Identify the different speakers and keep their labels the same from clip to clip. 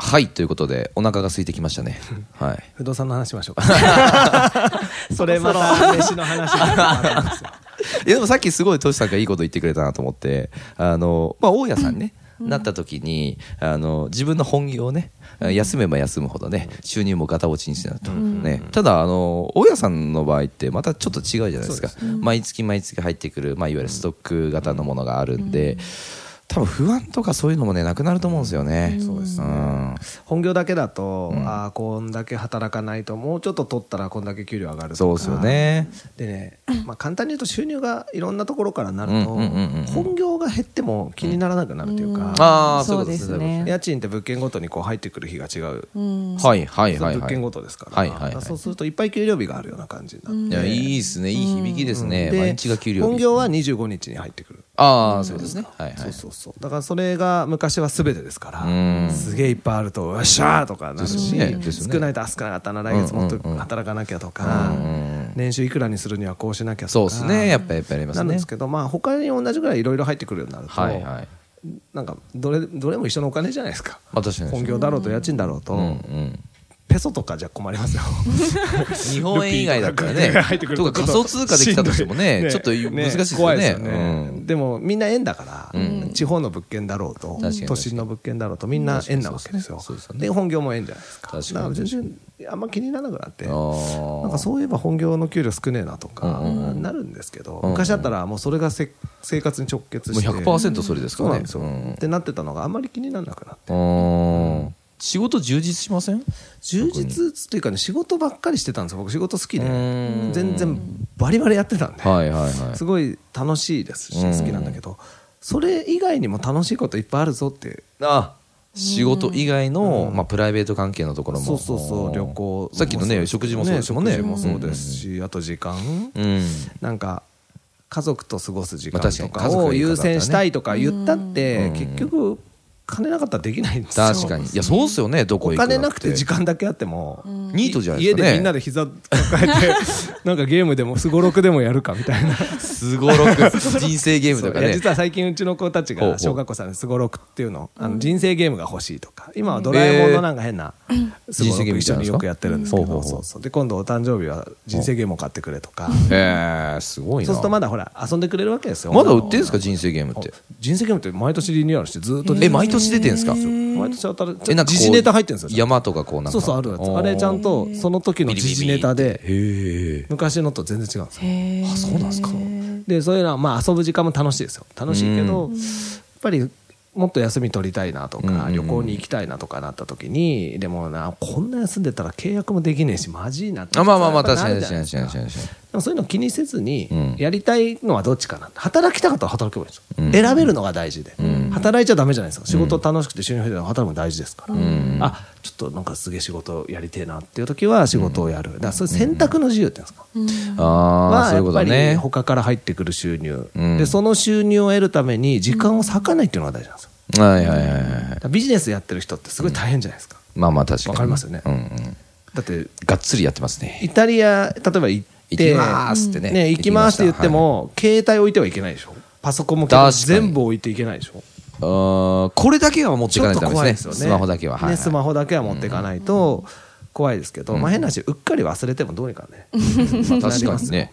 Speaker 1: はいということでお腹が空いてきました ねはい
Speaker 2: 不動産の話し ましょうかそれまた飯の話になるんですよ
Speaker 1: いやでもさっきすごいトシさんがいいこと言ってくれたなと思ってあの、まあ、大家さんね、なった時にあの自分の本業をね休めば休むほどね収入もガタ落ちにしなると、ね、ただあの大家さんの場合ってまたちょっと違うじゃないですか毎月毎月入ってくる、まあ、いわゆるストック型のものがあるんで、多分不安とかそういうのもねなくなると思うんですよね。そうですね
Speaker 2: 本業だけだと、ああこんだけ働かないともうちょっと取ったらこんだけ給料上がるとか
Speaker 1: そうですよね。
Speaker 2: でね、まあ、簡単に言うと収入がいろんなところからなると、
Speaker 1: うんうんうんうん
Speaker 2: 本業が減っても気にならなくなるというか、
Speaker 1: ああ、そういう
Speaker 3: そ
Speaker 1: こと
Speaker 3: う
Speaker 1: で
Speaker 3: ですすね。
Speaker 2: 家賃って物件ごとにこう入ってくる日が違う、
Speaker 1: はいはいはい、はい。
Speaker 2: 物件ごとですから,、
Speaker 1: はいはいはい
Speaker 2: そうするといっぱい給料日があるような感じになって、
Speaker 1: いや、いいですね。いい響きですね。
Speaker 2: で
Speaker 1: 毎日が給料日。
Speaker 2: 本業は25日に入ってくる。
Speaker 1: ああ、そうですね。はいは
Speaker 2: そう
Speaker 1: い。
Speaker 2: そうそうだからそれが昔は全てですか
Speaker 1: うん
Speaker 2: らすげえいっぱいあると「よっしゃ!」とかなる
Speaker 1: です
Speaker 2: し、
Speaker 1: ねですね
Speaker 2: 少ないとあ少なかったな来月もっと働かなきゃとか、年収いくらにするにはこうしなきゃとか
Speaker 1: そうですね。やっぱやっぱりありま
Speaker 2: な
Speaker 1: す
Speaker 2: んで
Speaker 1: ね
Speaker 2: す。けど、まあ他に同じぐらいいろいろ入ってくるようになると、
Speaker 1: はいはい。
Speaker 2: なんかどれどれも一緒のお金じゃないですか、
Speaker 1: まあ確かに
Speaker 2: 本業だろうと家賃だろうと、
Speaker 1: うんうん。
Speaker 2: ペソとかじゃ困りますよ
Speaker 1: 日本円以外だったらね
Speaker 2: ルピーとか入ってく、る
Speaker 1: と
Speaker 2: と
Speaker 1: か仮想通貨できたとしてもね、
Speaker 2: ね
Speaker 1: ちょっと難しいですよ
Speaker 2: 怖い
Speaker 1: ね。
Speaker 2: よね
Speaker 1: うん
Speaker 2: でもみんな円だから、地方の物件だろうと
Speaker 1: かに
Speaker 2: 都心の物件だろうとみんな円なわけですよ
Speaker 1: そうですよね
Speaker 2: で本業も円じゃないですか
Speaker 1: 確かに
Speaker 2: だから全然あんま気にならなくなって
Speaker 1: あー
Speaker 2: なんかそういえば本業の給料少ねえなとかなるんですけど、昔だったらもうそれがせ生活に直結して
Speaker 1: もう100%それですか
Speaker 2: そう
Speaker 1: ら
Speaker 2: な
Speaker 1: ね
Speaker 2: んですよ、
Speaker 1: うん
Speaker 2: ってなってたのがあんまり気にならなくなって
Speaker 1: うん。仕事充実しません
Speaker 2: 充実っていうかね仕事ばっかりしてたんですよ僕仕事好きで
Speaker 1: ん
Speaker 2: 全然バリバリやってたんで、
Speaker 1: はいはいはい
Speaker 2: すごい楽しいですし
Speaker 1: うん
Speaker 2: 好きなんだけどそれ以外にも楽しいこといっぱいあるぞって
Speaker 1: あ仕事以外の、まあ、プライベート関係のところも。
Speaker 2: そうそうそう旅行
Speaker 1: さっきのね、食事もそうですもんね。
Speaker 2: 食事もそうですしあと時間
Speaker 1: うん。
Speaker 2: なんか家族と過ごす時
Speaker 1: まあ
Speaker 2: 間
Speaker 1: 確か
Speaker 2: と
Speaker 1: に
Speaker 2: か
Speaker 1: 家族が
Speaker 2: を
Speaker 1: いい方だ
Speaker 2: 優
Speaker 1: ったらね
Speaker 2: 先したいとか言ったって結局金なかったらできないんですよ
Speaker 1: 確かに。いや、そうっすよね、どこ
Speaker 2: お
Speaker 1: 行くだ
Speaker 2: 金なくて時間だけあっても
Speaker 1: ニートじゃないですかね。
Speaker 2: 家でみんなで膝抱えて なんかゲームでもすごろくでもやるかみたいな
Speaker 1: すごろく人生ゲームとか
Speaker 2: いや
Speaker 1: ね
Speaker 2: 実は最近うちの子たち
Speaker 1: ほうほう
Speaker 2: が小学校さんですごろくっていうのあの人生ゲームが欲しいとか今はドラえもんのなんか変なすごろく一緒によくやってるんですけ
Speaker 1: 人生ゲームみたいなで
Speaker 2: ど
Speaker 1: すか
Speaker 2: そうそうで今度お誕生日は人生ゲームを買ってくれとか
Speaker 1: えー、すごいな
Speaker 2: そうするとまだほら遊んでくれるわけですよ
Speaker 1: まだ売ってんすか人生ゲームって
Speaker 2: 人生ゲームって毎年リニューアルしてずっと
Speaker 1: え毎年出てんすか
Speaker 2: 毎年当たる
Speaker 1: えなんかこう
Speaker 2: 時事ネタ入ってるんですよ
Speaker 1: 山とかこうなんか
Speaker 2: そうそうあるやつあれちゃんとその時の時事ネタで
Speaker 1: へ
Speaker 2: 昔のと全然違うんですよ
Speaker 3: へー
Speaker 1: あそうなんですか
Speaker 2: でそういうのはまあ遊ぶ時間も楽しいですよ楽しいけど、やっぱりもっと休み取りたいなとか、
Speaker 1: うん
Speaker 2: 旅行に行きたいなとかなった時にでもなこんな休んでたら契約もできねえしマジいなって
Speaker 1: あまあまあまあ
Speaker 2: 普
Speaker 1: 確
Speaker 2: 通
Speaker 1: か
Speaker 2: はや
Speaker 1: に
Speaker 2: っぱ
Speaker 1: 確か
Speaker 2: なる
Speaker 1: に
Speaker 2: じ
Speaker 1: 確かに確かに確か
Speaker 2: ゃないですでもそういうの気にせずに、
Speaker 1: うん
Speaker 2: やりたいのはどっちかな働きたかったら働けばいいんですよ、
Speaker 1: うん
Speaker 2: 選べるのが大事で、働いちゃダメじゃないですか仕事楽しくて収入増えたら働くの大事ですから、
Speaker 1: ん
Speaker 2: あちょっとなんかすげえ仕事やりてえなっていう時は仕事をやる、だからそういう選択の自由っていうんですか、
Speaker 1: にああ
Speaker 2: は
Speaker 1: そうい
Speaker 2: や
Speaker 1: うこ
Speaker 2: っ
Speaker 1: と
Speaker 2: ぱり
Speaker 1: ね
Speaker 2: 他から入ってくる収入、
Speaker 1: うん
Speaker 2: でその収入を得るために時間を割かないっていうのが大事なんですよ
Speaker 1: はいはいはいはい
Speaker 2: だからビジネスやってる人ってすごい大変じゃないですか、
Speaker 1: まあまあ確かに
Speaker 2: わかりますよね
Speaker 1: うんうん
Speaker 2: だって
Speaker 1: がっつりやってますね
Speaker 2: イタリア例えば行っ
Speaker 1: 行
Speaker 2: て
Speaker 1: きますってね
Speaker 2: 行きますって言っても、携帯置いてはいけないでしょパソコンも
Speaker 1: 確かに
Speaker 2: 全部置いていけないでしょ
Speaker 1: あーこれだけは持ってい
Speaker 2: ちょ
Speaker 1: かない
Speaker 2: っと
Speaker 1: とダメ
Speaker 2: 怖い
Speaker 1: で
Speaker 2: です
Speaker 1: すね
Speaker 2: よね
Speaker 1: スマホだけははい
Speaker 2: ねスマホだけは持っていかないと怖いですけど、まあ、変な話うっかり忘れてもどうにかね
Speaker 1: まあ確かにね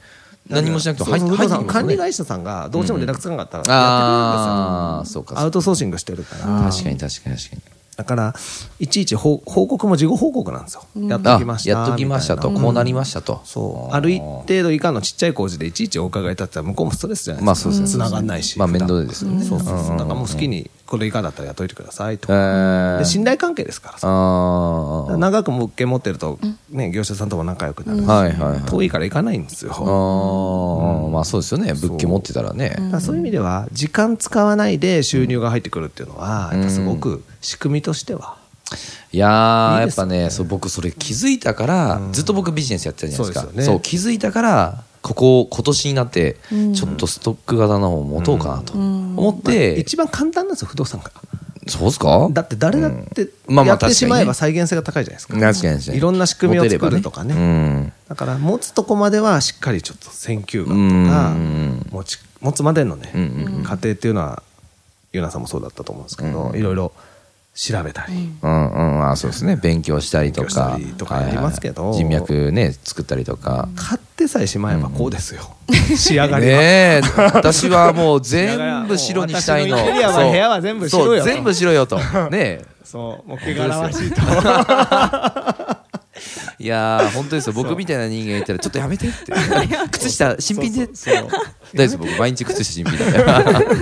Speaker 1: 何もしなくても
Speaker 2: そう
Speaker 1: 入っ
Speaker 2: そう
Speaker 1: 入ってきますもんね
Speaker 2: 管理会社さんがどうしても連絡つかなかったら
Speaker 1: あ
Speaker 2: や
Speaker 1: あ
Speaker 2: ってくれるんですよ、
Speaker 1: そうか
Speaker 2: ア
Speaker 1: そう
Speaker 2: ウトソーシングしてるから
Speaker 1: か確かに確かに確かに
Speaker 2: だから、いちいち報報告も事後報告なんですよ。やっと
Speaker 1: あ
Speaker 2: きました。
Speaker 1: やっときましたと
Speaker 2: みいな
Speaker 1: こうなりましたと
Speaker 2: そう。
Speaker 1: あ
Speaker 2: ある一定度以下のちっちゃい工事でいちいちお伺い立ってたら向こうもストレスじゃないですか。
Speaker 1: まあそうですね
Speaker 2: つながんないし。
Speaker 1: まあ
Speaker 2: 普段
Speaker 1: 面倒ですよね
Speaker 2: そうそうそう。だからもう好きにこれ以下だったらやっといてくださいと
Speaker 1: え。ー
Speaker 2: で信頼関係ですからさ。
Speaker 1: ああ
Speaker 2: 長く物件持ってると、ね、業者さんとも仲良くなるし
Speaker 1: はいはいはい
Speaker 2: 遠いから行かないんですよ。
Speaker 1: あーまあそうですよね物件持ってたらね
Speaker 2: だからそういう意味では時間使わないで収入が入ってくるっていうのはやっぱすごく仕組みとしては
Speaker 1: いやー
Speaker 2: い
Speaker 1: や
Speaker 2: いで
Speaker 1: っ
Speaker 2: す
Speaker 1: ぱ
Speaker 2: よ
Speaker 1: ねそう僕それ気づいたから、ずっと僕ビジネスやってたじゃないですか
Speaker 2: そ
Speaker 1: そうう,、
Speaker 2: ですよね
Speaker 1: 気づいたからここ今年になって、ちょっとストック型のを持とうかなと思って、
Speaker 2: 一番簡単なんですよ不動産が
Speaker 1: そうっすか
Speaker 2: だって誰だって
Speaker 1: うんまあまあ
Speaker 2: やってしまえば
Speaker 1: 確
Speaker 2: 再現性が高いじゃないですか
Speaker 1: 確かに確かに
Speaker 2: いろんな仕組みを作るとかね
Speaker 1: 持てればうん
Speaker 2: だから持つとこまではしっかりちょっと選球眼とか
Speaker 1: うん
Speaker 2: 持ち持つまでのね、
Speaker 1: うん
Speaker 2: 過程っていうのはゆなさんもそうだったと思うんですけど、
Speaker 1: うん
Speaker 2: いろいろ調べたり、
Speaker 1: うんうん、あそうですね勉強したりとか
Speaker 2: 勉強したりとかやりますけど
Speaker 1: はいはい人脈ね作ったりとか、
Speaker 2: 買ってさえしまえばこうですよ、 仕上がりは、
Speaker 1: ねえ私はもう全部白にしたいの
Speaker 2: いやいやもう私のインテリアは
Speaker 1: そう
Speaker 2: 部屋は全部白よと
Speaker 1: そう全部白 よとねえ
Speaker 2: そうもう汚らわしいと
Speaker 1: いやー本当ですよ僕みたいな人間がいたらちょっとやめてって靴下新品で
Speaker 2: そうそう
Speaker 1: 大
Speaker 2: そう
Speaker 1: 丈夫です僕毎日靴下新品だから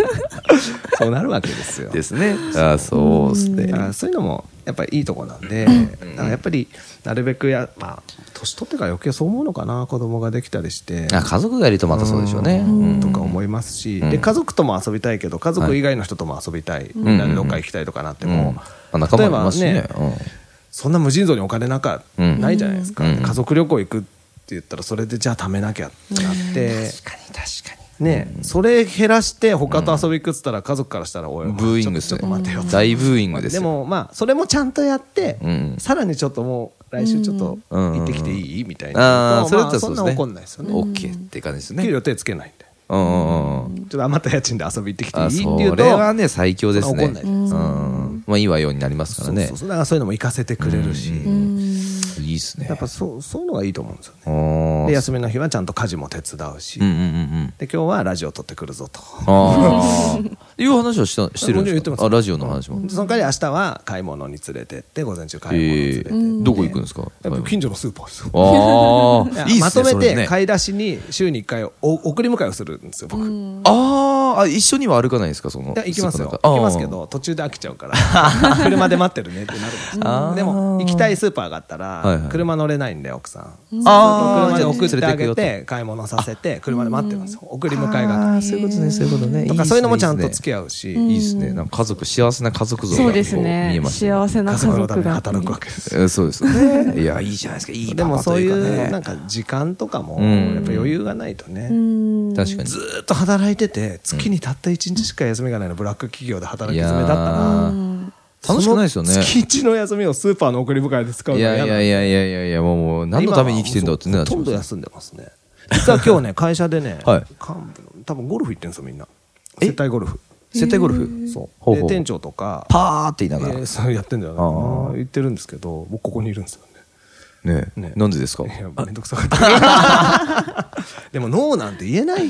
Speaker 2: そうなるわけですよ
Speaker 1: ですねあそうっすね
Speaker 2: だからそういうのもやっぱりいいとこなんで、だからやっぱりなるべくや、まあ、年取ってから余計そう思うのかな子供ができたりして
Speaker 1: あ家族がいるとまたそうでしょうねうん
Speaker 2: とか思いますし、で家族とも遊びたいけど家族以外の人とも遊びたい、みんなでどっか行きたいとかなっても、
Speaker 1: うん仲間もいますし
Speaker 2: 例え
Speaker 1: ね
Speaker 2: ばそんな無尽蔵にお金なんか
Speaker 1: うん
Speaker 2: ないじゃないですか、
Speaker 1: うん
Speaker 2: 家族旅行行くって言ったらそれでじゃあ貯めなきゃってなって、
Speaker 1: 確かに
Speaker 2: ねそれ減らして他と遊び行くっつったら家族からしたらおい、
Speaker 1: ブーイングっ
Speaker 2: ち
Speaker 1: す
Speaker 2: ょ
Speaker 1: ね
Speaker 2: っと待てよと
Speaker 1: 大ブーイングです
Speaker 2: で
Speaker 1: よ
Speaker 2: もまあそれもちゃんとやって、
Speaker 1: うん
Speaker 2: さらにちょっともう来週ちょっと
Speaker 1: うん
Speaker 2: 行ってきていいみたい
Speaker 1: あ
Speaker 2: な、
Speaker 1: あー、それだったらそ
Speaker 2: そ
Speaker 1: うんで
Speaker 2: な
Speaker 1: すね。
Speaker 2: 怒んないですよね、
Speaker 1: オッケーって感じですね。
Speaker 2: 給料手つけないんで
Speaker 1: うんうんうん。
Speaker 2: ちょっと余った家賃で遊び行ってきていい
Speaker 1: あ、
Speaker 2: って
Speaker 1: そ
Speaker 2: いうと
Speaker 1: れはね、最強ですね。
Speaker 2: 怒んないじゃ
Speaker 1: うん。まあ、いいわようになりますからね
Speaker 2: そうそう。そうだからそういうのも行かせてくれるし、
Speaker 1: いいですね。
Speaker 2: やっぱそうそういうのがいいと思うんですよ
Speaker 1: あ
Speaker 2: ね
Speaker 1: ー
Speaker 2: で休みの日はちゃんと家事も手伝うし、
Speaker 1: うんうんうんうん。
Speaker 2: で今日はラジオ撮ってくるぞと
Speaker 1: ああ。 いう話をしたしてるんで
Speaker 2: も
Speaker 1: す
Speaker 2: ちろん言ってま
Speaker 1: か
Speaker 2: す
Speaker 1: あ、ラジオの話も。
Speaker 2: その代わり明日は買い物に連れてって午前中買い物に連れ
Speaker 1: え
Speaker 2: てって、
Speaker 1: ー、どこ行くんですか
Speaker 2: やっぱ近所のスーパーですよ
Speaker 1: あ
Speaker 2: い
Speaker 1: あ
Speaker 2: や、
Speaker 1: いいっ
Speaker 2: ますと
Speaker 1: ね。
Speaker 2: め
Speaker 1: それ
Speaker 2: て
Speaker 1: ね
Speaker 2: 買い出しに週に1回お送り迎えをするんですよ僕、い
Speaker 1: あーあ、一緒には歩かないですかその。
Speaker 2: や行きますよ
Speaker 1: スーパーの
Speaker 2: 行
Speaker 1: 中
Speaker 2: きますけ。ど途中で飽きちゃうから 車で待ってるねってなるんですけ
Speaker 1: あ
Speaker 2: ど
Speaker 1: ー
Speaker 2: でも行きたいスーパーがあった
Speaker 1: はいは
Speaker 2: ら
Speaker 1: い
Speaker 2: 車乗れないんで奥さん
Speaker 1: ああ、
Speaker 2: 車
Speaker 1: じ
Speaker 2: で
Speaker 1: ゃ
Speaker 2: 送ってあ
Speaker 1: 連れ
Speaker 2: げ
Speaker 1: くよ
Speaker 2: て買い物させて車で待ってるんですよ送り迎
Speaker 1: と。
Speaker 2: えが
Speaker 1: あーそういうことね、そういうことね。
Speaker 2: とかそういうのもちゃんと
Speaker 1: き
Speaker 2: 付き合うし
Speaker 1: いいですね。なんか家族、幸せな家族像が
Speaker 3: そうです
Speaker 1: こ見え
Speaker 3: ね
Speaker 1: ます
Speaker 3: 幸せな
Speaker 2: 家
Speaker 3: 家
Speaker 2: 族のために
Speaker 3: 族が
Speaker 2: 働くわけですよ
Speaker 1: えーそうですよね。いや、いいじゃないですか。いい
Speaker 2: で
Speaker 1: パ
Speaker 2: も
Speaker 1: パ
Speaker 2: そう
Speaker 1: とい
Speaker 2: いう
Speaker 1: かね
Speaker 2: うなんか時間とかも
Speaker 1: うん
Speaker 2: やっぱ余裕がないとね、
Speaker 1: 確かに。
Speaker 2: ずーっと働いてて月にたった1日しか休みがないのブラック企業で働き詰めだったら
Speaker 1: いやー楽しくないですよね
Speaker 2: その月1の休みをスーパーの送り迎えで使う
Speaker 1: い
Speaker 2: のが
Speaker 1: やい
Speaker 2: 嫌
Speaker 1: や
Speaker 2: だ
Speaker 1: いやいやいやいや、もうもう、何のために生きてんだってね、な
Speaker 2: 今
Speaker 1: っ
Speaker 2: は
Speaker 1: ちゃいます
Speaker 2: ほとんど
Speaker 1: よ
Speaker 2: 休んでますね実は今日ね会社でね、
Speaker 1: はい
Speaker 2: 幹部の多分ゴルフ行ってんですよみんな接待ゴルフ
Speaker 1: 接待ゴルフ。
Speaker 2: そう
Speaker 1: ほうほう
Speaker 2: で店長とか
Speaker 1: パーって言いなが
Speaker 2: え
Speaker 1: ら
Speaker 2: ー。そうやってんだよな
Speaker 1: あ
Speaker 2: 行ってるんですけど僕ここにいるんですよね
Speaker 1: ねえ
Speaker 2: ね
Speaker 1: なんでですか
Speaker 2: いやめんどくさ かったでもノーなんて言えないっ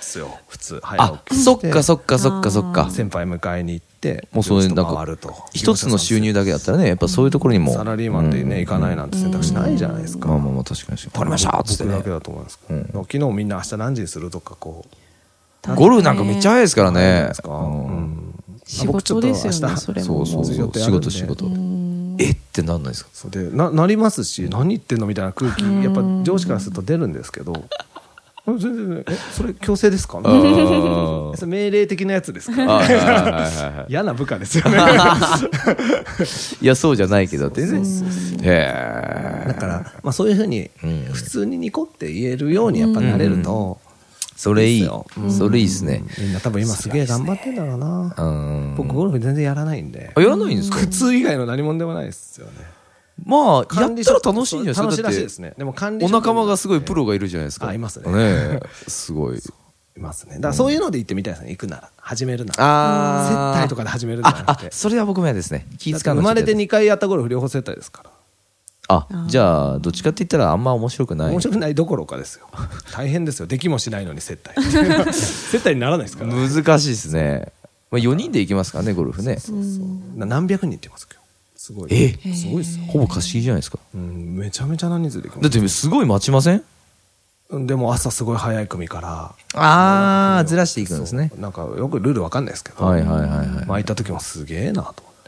Speaker 2: すよ普通早
Speaker 1: あ
Speaker 2: 起、きして
Speaker 1: そっかそっかそっかそっか。
Speaker 2: 先輩迎えに行って
Speaker 1: もうそういう、
Speaker 2: 上
Speaker 1: なん
Speaker 2: 司と回
Speaker 1: か
Speaker 2: ると、
Speaker 1: 一つの収入だけだったらね、やっぱそういうところにも。
Speaker 2: サラリーマンでね、
Speaker 1: うん
Speaker 2: 行かないなんて選択肢ないじゃないですか、
Speaker 1: まあまあまあ、確かに。わかりましたっつって
Speaker 2: 僕だ
Speaker 1: ね
Speaker 2: け。だと思うんですけ
Speaker 1: うん
Speaker 2: ど、昨日みんな明日何時にするとかこう
Speaker 1: ゴルフなんかめっちゃ早いですから
Speaker 2: じゃない
Speaker 1: ね
Speaker 2: で。すか、
Speaker 1: うん
Speaker 2: うん
Speaker 3: 仕事ですよ
Speaker 2: 僕ち
Speaker 3: ね
Speaker 2: ょ
Speaker 3: そ
Speaker 2: っと
Speaker 3: れ
Speaker 1: そ
Speaker 3: も
Speaker 1: うそう
Speaker 2: もう予
Speaker 1: そう。
Speaker 2: 定あ
Speaker 1: 仕
Speaker 2: るん
Speaker 1: 事
Speaker 2: で
Speaker 1: 仕事。えってなんないですか
Speaker 2: そうでななりますし何言ってんのみたいな空気やっぱ上司からすると出るんですけどえ全然えそれ強制ですか
Speaker 1: あー
Speaker 2: え それ命令的なやつです
Speaker 1: あ
Speaker 2: か
Speaker 1: はいはいはいはい
Speaker 2: 嫌な部 下ですよね
Speaker 1: いやそうじゃないけどってねへ
Speaker 2: だ
Speaker 1: え
Speaker 2: から、まあ、そういうふうに普通にニコって言えるようにやっぱなれると、
Speaker 1: それい
Speaker 2: いい
Speaker 1: い
Speaker 2: っすよ
Speaker 1: それいいですね
Speaker 2: みんな多分今すげえ頑張ってんだろうな
Speaker 1: うん
Speaker 2: 僕ゴルフ全然やらないんで
Speaker 1: あやらないんですか
Speaker 2: 苦痛以外の何もんでもないですよね
Speaker 1: まあや
Speaker 2: 管
Speaker 1: っ
Speaker 2: 理
Speaker 1: た
Speaker 2: 職
Speaker 1: ら楽しいんじゃないですか
Speaker 2: 楽しいらしい
Speaker 1: だ
Speaker 2: で
Speaker 1: っ
Speaker 2: す
Speaker 1: て
Speaker 2: ねでも管理
Speaker 1: お
Speaker 2: 職
Speaker 1: 仲間がすごいプロがいるじゃないですか
Speaker 2: あいますね
Speaker 1: ねえすごい
Speaker 2: いますねだからそういうので行ってみたいですね行くなら始めるなら接
Speaker 1: あ
Speaker 2: 待と
Speaker 1: か
Speaker 2: かで始めるんじゃな
Speaker 1: あ
Speaker 2: くて
Speaker 1: あそれは僕も嫌ですね気
Speaker 2: だって
Speaker 1: 使うの
Speaker 2: 生まれて2回やったゴルフ両方接待ですから
Speaker 1: あじゃあどっちかって言ったらあんま面白くない
Speaker 2: 面白くないどころかですよ 大変ですよできもしないのに 接待接待にならないですから
Speaker 1: 難しいですねまあ4人で行きますからねゴルフね
Speaker 2: な何百人行ってますよすごい
Speaker 1: え
Speaker 2: すごいですよ、
Speaker 1: ほぼ貸し切りじゃないですか
Speaker 2: うん、めちゃめちゃな人数で行き
Speaker 1: だ
Speaker 2: ま
Speaker 1: っ
Speaker 2: す
Speaker 1: てすごい待ちません
Speaker 2: うんでも朝すごい早い組から
Speaker 1: ああずらしていくんですね
Speaker 2: なんかよくルールわかんないですけど、
Speaker 1: はいはいはいはい
Speaker 2: 巻いた時もすげえなと思っ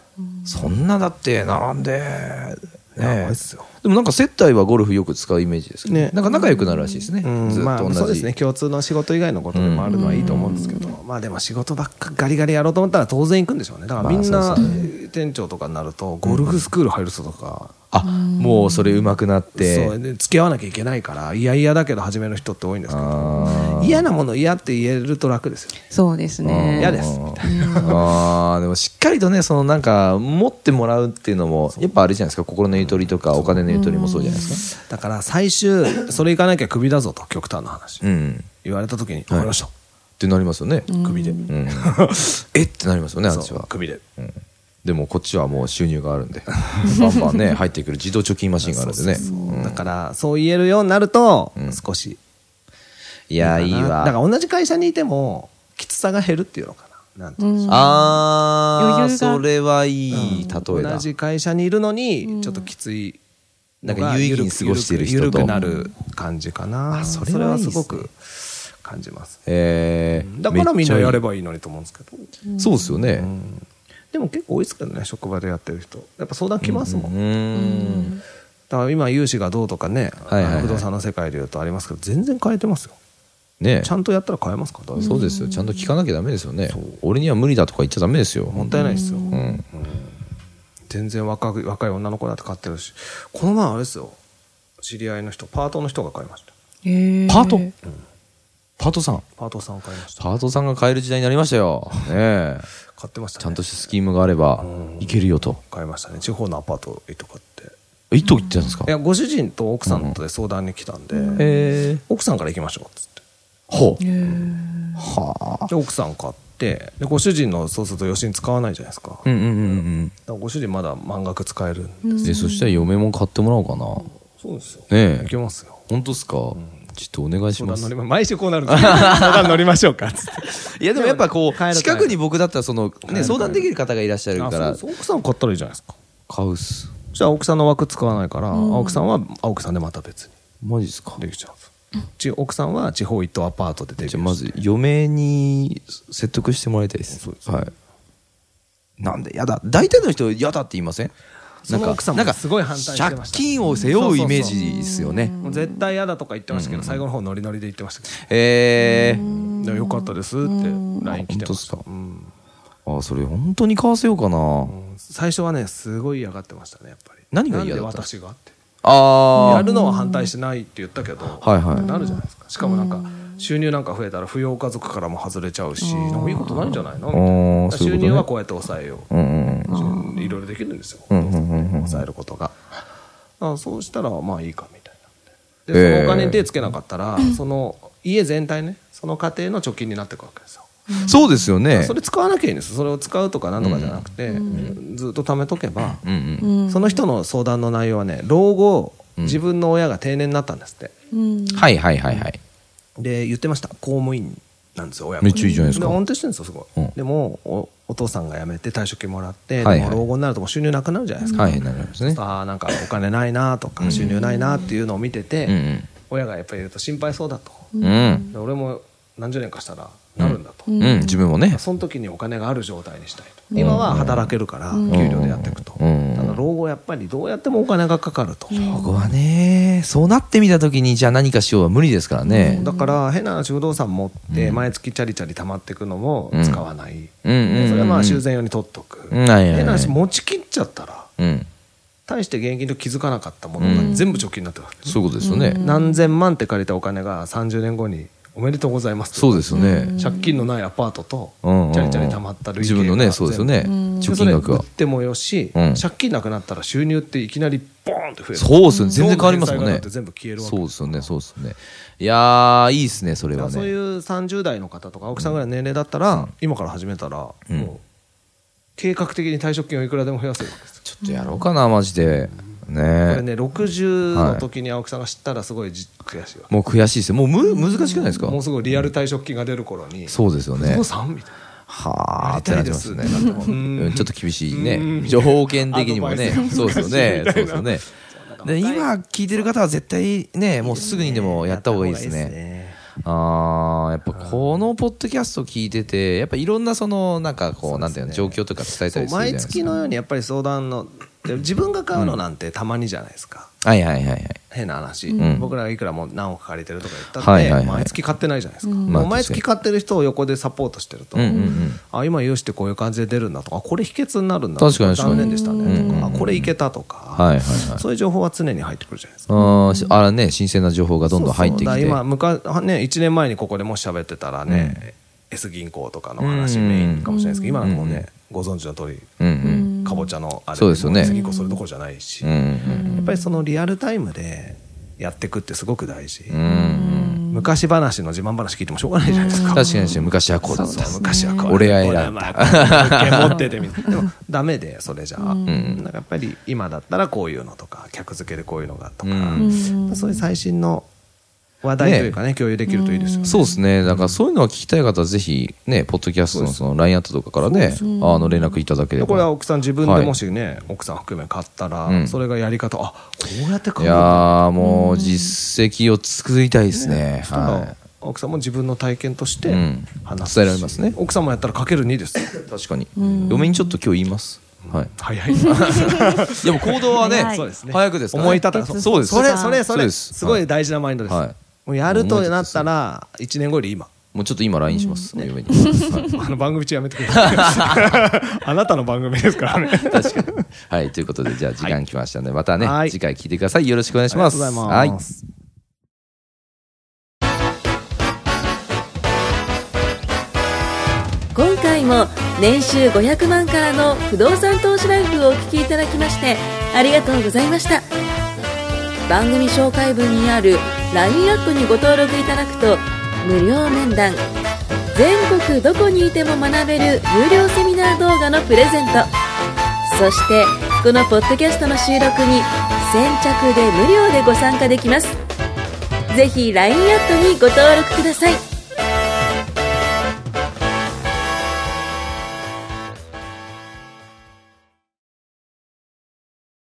Speaker 2: て
Speaker 1: そんなだって並んでね
Speaker 2: いや
Speaker 1: ね
Speaker 2: ばいっすよ
Speaker 1: でもなんか接待はゴルフよく使うイメージですけど、
Speaker 2: ね
Speaker 1: なんか仲良くなるらしいですね、
Speaker 2: うん
Speaker 1: ずっと
Speaker 2: ま
Speaker 1: 同
Speaker 2: あ、
Speaker 1: じ、
Speaker 2: そうですね共通の仕事以外のことでもあるのはいいと思うんですけど、まあでも仕事ばっかガリガリやろうと思ったら当然行くんでしょうねだからみん
Speaker 1: まあ
Speaker 2: な
Speaker 1: そう
Speaker 2: 店長とかになるとゴルフスクール入る人とか、
Speaker 1: あもうそれ上手くなって
Speaker 2: そうで付き合わなきゃいけないから嫌々だけど始める人って多いんですけ
Speaker 1: あ
Speaker 2: ど嫌なもの嫌って言えると楽ですよね
Speaker 3: そうですね。
Speaker 2: 嫌です
Speaker 1: みたいなあーでもしっかりとねそのなんか持ってもらうっていうのもやっぱあれじゃないですか心のゆとりとかお金のゆとりもそうじゃないです
Speaker 2: だから最終それ行かなきゃクビだぞと極端な話、
Speaker 1: かうん
Speaker 2: 言われた時に「分かりました
Speaker 1: ってなりますよね、
Speaker 2: 首で」
Speaker 1: うんえってなりますよねあっち
Speaker 2: そう
Speaker 1: は
Speaker 2: 首で
Speaker 1: うんでもこっちはもう収入があるんで バンバン ね入ってくる自動貯金マシンがあるんでね
Speaker 2: そうそう
Speaker 1: う
Speaker 2: そうんだからそう言えるようになると
Speaker 1: ん
Speaker 2: 少し
Speaker 1: いやいいわ
Speaker 2: だから同じ会社にいてもきつさが減るっていうのかななんていうの
Speaker 1: あ
Speaker 3: 余
Speaker 1: ー
Speaker 3: 裕が
Speaker 1: それはいい例えだ
Speaker 2: 同じ会社にいるのにちょっときついのが
Speaker 1: なんか有意義に過ごしてる人と
Speaker 2: ゆくゆくなる感じかな
Speaker 1: あそ
Speaker 2: そ
Speaker 1: れ
Speaker 2: れ
Speaker 1: は
Speaker 2: はい
Speaker 1: いっす
Speaker 2: す
Speaker 1: ね
Speaker 2: ごく感じます
Speaker 1: えー
Speaker 2: だからみんなやれ
Speaker 1: ば
Speaker 2: ばいいのにと思うんですけど
Speaker 1: そうですよね
Speaker 2: でも結構多いですけどね職場でやってる人やっぱ相談来ますも
Speaker 1: うんん
Speaker 2: だから今融資がどうとかね
Speaker 1: はいはいはい
Speaker 2: 不動産の世界でいうとありますけど全然変えてますよ
Speaker 1: ね
Speaker 2: ちゃんとやったら変えますか大丈夫
Speaker 1: そうですよちゃんと聞かなきゃダメですよね俺には無理だとか言っちゃダメですよ
Speaker 2: もったいないですよ
Speaker 1: うん
Speaker 2: 全然若く若い女の子だって買ってるしこの前あれですよ知り合いの人パートの人が買いました
Speaker 1: パートパートさん
Speaker 2: パートさん買いました
Speaker 1: パートさんが買える時代になりましたよねえ
Speaker 2: 買ってました、ね、
Speaker 1: ちゃんとしたスキームがあればいけるよと
Speaker 2: 買いましたね地方のアパートとかって
Speaker 1: いと言ってたんですか
Speaker 2: いやご主人と奥さんとで相談に来たんで、
Speaker 1: え
Speaker 2: 奥さんから行きましょうっつって
Speaker 1: ほう
Speaker 2: で奥さん買ってでご主人のそうすると余震使わないじゃないですか,、
Speaker 1: うんうんうんうん
Speaker 2: ご主人まだ満額使えるんで、
Speaker 1: うんでそしたら嫁も買ってもらおうかな
Speaker 2: そうですよ
Speaker 1: ねえ
Speaker 2: 行けますよ
Speaker 1: 本当ですか、ちょっとお願いし
Speaker 2: 相
Speaker 1: ま
Speaker 2: 談乗
Speaker 1: す
Speaker 2: りま毎週こうなるんですよ相談乗りましょうかっつっ て
Speaker 1: いやでもやっぱこ
Speaker 2: 帰
Speaker 1: う
Speaker 2: る
Speaker 1: 近くに僕だったらその、ね、相談できる方がいらっしゃるか
Speaker 2: あ
Speaker 1: ら
Speaker 2: そうそう奥さん買ったらいいじゃないですか
Speaker 1: 買うっす
Speaker 2: そしたら奥さんの枠使わないから、青木さんは青木さんでまた別に
Speaker 1: マジっすか
Speaker 2: できちゃうんですち奥さんは地方一棟アパートでデビューし
Speaker 1: じ
Speaker 2: て
Speaker 1: ゃあまず嫁に説得してもらいたいですはい、なんでやだ大体の人やだって言いません
Speaker 2: その奥さんも
Speaker 1: なんか
Speaker 2: すごい反対してました
Speaker 1: 借金を背負うイメージですよね
Speaker 2: もう絶対嫌だとか言ってましたけど、最後の方ノリノリで言ってましたけ
Speaker 1: えー
Speaker 2: ど、でよかったですって LINE 来
Speaker 1: あ本
Speaker 2: てました
Speaker 1: 当ですか
Speaker 2: うん
Speaker 1: あそれ本当に買わせようかな、
Speaker 2: うん最初はねすごい嫌がってましたねやっぱり
Speaker 1: 何が嫌だった
Speaker 2: なんで私がって
Speaker 1: あ
Speaker 2: や
Speaker 1: あ
Speaker 2: るのは反対してないって言ったけど、
Speaker 1: はいはい
Speaker 2: なるじゃないですかしかもなんか収入なんか増えたら扶養家族からも外れちゃうしなんかいいことないんじゃないのみたい
Speaker 1: あー
Speaker 2: な
Speaker 1: そういうことね
Speaker 2: 収入はこうやって抑えよう
Speaker 1: うんうん
Speaker 2: いろいろできるんですよ、
Speaker 1: んうんうんうん
Speaker 2: 抑えることがあそうしたらまあいいかみたいな
Speaker 1: え
Speaker 2: で
Speaker 1: え
Speaker 2: そのお金に手つけなかったら、その家全体ねその家庭の貯金になっていくわけですよ
Speaker 1: そうですよね
Speaker 2: それ使わなきゃいいんですそれを使うとかなんとかじゃなくて、ずっと貯めとけば、
Speaker 1: うんうん
Speaker 3: うん
Speaker 2: その人の相談の内容はね老後自分の親が定年になったんですって、
Speaker 3: うん
Speaker 1: はいはいはいはい
Speaker 2: で言ってました公務員なんですよ親が
Speaker 1: めっちゃいいじゃないですか
Speaker 2: で安定してるんですよすご
Speaker 1: う
Speaker 2: い、
Speaker 1: ん
Speaker 2: でもおお父さんが辞めて退職金もらって、
Speaker 1: はいはい
Speaker 2: でも老後になるともう収入なくなるじゃないですか、
Speaker 1: はいなりますね
Speaker 2: あーなんかお金ないなとか収入ないなっていうのを見てて、
Speaker 1: うんうん
Speaker 2: 親がやっぱりいると心配そうだと、
Speaker 1: うん
Speaker 2: で俺も何十年かしたらなるんだと、
Speaker 1: うん自分もね
Speaker 2: その時にお金がある状態にしたいと今は働けるから給料でやっていくと、
Speaker 1: うん
Speaker 2: ただ老後やっぱりどうやってもお金がかかると、
Speaker 1: ここはねそうなってみた時にじゃあ何かしようは無理ですからね
Speaker 2: だから変な話不動産持って毎月チャリチャリ貯まっていくのも使わない、
Speaker 1: うんうんうんうん
Speaker 2: それはまあ修繕用に取っとく、
Speaker 1: うんはいはいはい
Speaker 2: 変な話持ち切っちゃったら
Speaker 1: うん
Speaker 2: 大して現金と気づかなかったものが全部貯金になってるわけです
Speaker 1: そういうことですよね
Speaker 2: 何千万って借りたお金が30年後におめでとうございますと
Speaker 1: そうですよね
Speaker 2: 借金のないアパートとチ
Speaker 1: うんうんうん
Speaker 2: ャリチャリ貯まった累計
Speaker 1: 自分のねそうですよね
Speaker 2: 全部
Speaker 1: 貯金額
Speaker 2: でそれ売
Speaker 1: は
Speaker 2: ってもよし、
Speaker 1: うん
Speaker 2: 借金なくなったら収入っていきなりボーンって増える
Speaker 1: そうですよね全然変わりますもん
Speaker 2: ローンの返済がだ
Speaker 1: ね
Speaker 2: って全部消えるわけ
Speaker 1: そうですよねそうですよねいやーいいですねそれ
Speaker 2: だ
Speaker 1: は
Speaker 2: からそうい
Speaker 1: ね
Speaker 2: う30代の方とか青木さんぐらいの年齢だったら、今から始めたらもう、計画的に退職金をいくらでも増やせるわけですよ
Speaker 1: ちょっとやろうかなマジで
Speaker 2: これ
Speaker 1: ね
Speaker 2: ね60の時に青木さんが知ったらすごいじ悔しいわけ
Speaker 1: もう悔しいですよもうむ難しくないですか
Speaker 2: もうすごいリアル退職金が出る頃に、
Speaker 1: そうですよね
Speaker 2: 不動産みたいな
Speaker 1: はあってな
Speaker 2: や
Speaker 1: っ
Speaker 2: り
Speaker 1: て
Speaker 2: たい
Speaker 1: ま
Speaker 2: ですす
Speaker 1: ね
Speaker 2: うん
Speaker 1: うんちょっと厳しいね条件的にもね
Speaker 2: アドバイス
Speaker 1: そうですよねそう
Speaker 2: 難し
Speaker 1: で
Speaker 2: いみ
Speaker 1: すよ
Speaker 2: たいな
Speaker 1: ねで今聞いてる方は絶対ねもうすぐにでもやった方がいいですね
Speaker 2: ね
Speaker 1: あーやっぱこのポッドキャスト聞いててやっぱいろんなそのなんかこうなんていうの状況とか伝えた
Speaker 2: そう
Speaker 1: りするじゃない
Speaker 2: 毎
Speaker 1: ですか
Speaker 2: 月のようにやっぱり相談ので自分が買うのなんてたまにじゃないですか、
Speaker 1: はいはいはいはい
Speaker 2: 変な話、
Speaker 1: ん
Speaker 2: 僕らがいくらもう何億借りてるとか言ったって、
Speaker 1: はいはいはい
Speaker 2: 毎月買ってないじゃないですか、
Speaker 1: ん
Speaker 2: もう
Speaker 1: まあ確
Speaker 2: 毎
Speaker 1: かに
Speaker 2: 月買ってる人を横でサポートしてると、
Speaker 1: うんうんうん
Speaker 2: あ今融資ってこういう感じで出るんだとかあこれ秘訣になるんだ
Speaker 1: 確かに確か
Speaker 2: 残
Speaker 1: に
Speaker 2: 念でしたねとか、
Speaker 1: うんうん
Speaker 2: あこれいけたとか、
Speaker 1: はいはいはい
Speaker 2: そういう情報は常に入ってくるじゃないですか。
Speaker 1: あーしあらね新鮮な情報がどんどん入ってき
Speaker 2: そう
Speaker 1: て
Speaker 2: そうだから今昔はね、1年前にここでもし喋ってたらね、S 銀行とかの話
Speaker 1: うん
Speaker 2: メインかもしれないですけど、今なんかもうね、ご存知の通
Speaker 1: うんうん
Speaker 2: り、かぼちゃのあれ
Speaker 1: そうですよね
Speaker 2: S 銀行それどころじゃないし、
Speaker 1: うんう
Speaker 2: や
Speaker 1: ん
Speaker 2: っぱりそのリアルタイムでやっていくってすごく大事。
Speaker 1: うんうん
Speaker 2: 昔話の自慢話聞いてもしょうがないじゃないですか。
Speaker 1: 確かに昔はこうだっ
Speaker 2: そう
Speaker 1: た
Speaker 2: そう昔はこう
Speaker 1: 俺が偉
Speaker 2: こう
Speaker 1: い
Speaker 2: だまあこう持っててみたいなでもダメでそれじゃあ、なんかやっぱり今だったらこういうのとか客付けでこういうのがとか、
Speaker 4: ん
Speaker 2: そういう最新の話題というかね共有できるといいですよね
Speaker 1: そうですねだからそういうのは聞きたい方はぜひねポッドキャストのその LINE アットとかからねあの連絡いただけれ
Speaker 2: で
Speaker 1: ば
Speaker 2: これは奥さん自分
Speaker 1: は
Speaker 2: で
Speaker 1: い
Speaker 2: もしね、奥さん含め買ったら、
Speaker 1: うん
Speaker 2: それがやり方あこうやって
Speaker 1: い
Speaker 2: 買う
Speaker 1: や
Speaker 2: んだ
Speaker 1: ーもう実績を作りたいですね
Speaker 2: ただ
Speaker 1: は
Speaker 2: 奥さんも自分の体験として
Speaker 1: うん
Speaker 2: 話すし、
Speaker 1: 伝えられますね
Speaker 2: 奥さんもやったらかける2です
Speaker 1: い確かに嫁にちょっと今日言いますはい
Speaker 2: 早いな
Speaker 1: でも行動はね
Speaker 4: 早い
Speaker 2: そうですね
Speaker 1: 早くですから
Speaker 2: 思い立ったら
Speaker 4: そう
Speaker 1: そうです
Speaker 2: それそれ
Speaker 1: そ
Speaker 2: そう
Speaker 1: で
Speaker 2: れ
Speaker 1: す
Speaker 2: すごい大事なマインドです、
Speaker 1: はい
Speaker 2: もうやるとなったら1年後よ り今
Speaker 1: もうちょっと今 LINE しますもう嫁にはい
Speaker 2: あの番組中やめてくださ いあなたの番組ですからね
Speaker 1: 確かにはいということでじゃあ時間きましたのでまたね
Speaker 2: はい
Speaker 1: 次回聞いてくださいよろしくお願いします
Speaker 2: ありがとうございます
Speaker 1: は
Speaker 4: 今回も年収500万からの不動産投資ライフをお聞きいただきましてありがとうございました番組紹介文にある LINE アットにご登録いただくと無料面談全国どこにいても学べる有料セミナー動画のプレゼントそしてこのポッドキャストの収録に先着で無料でご参加できますぜひ LINE アットにご登録ください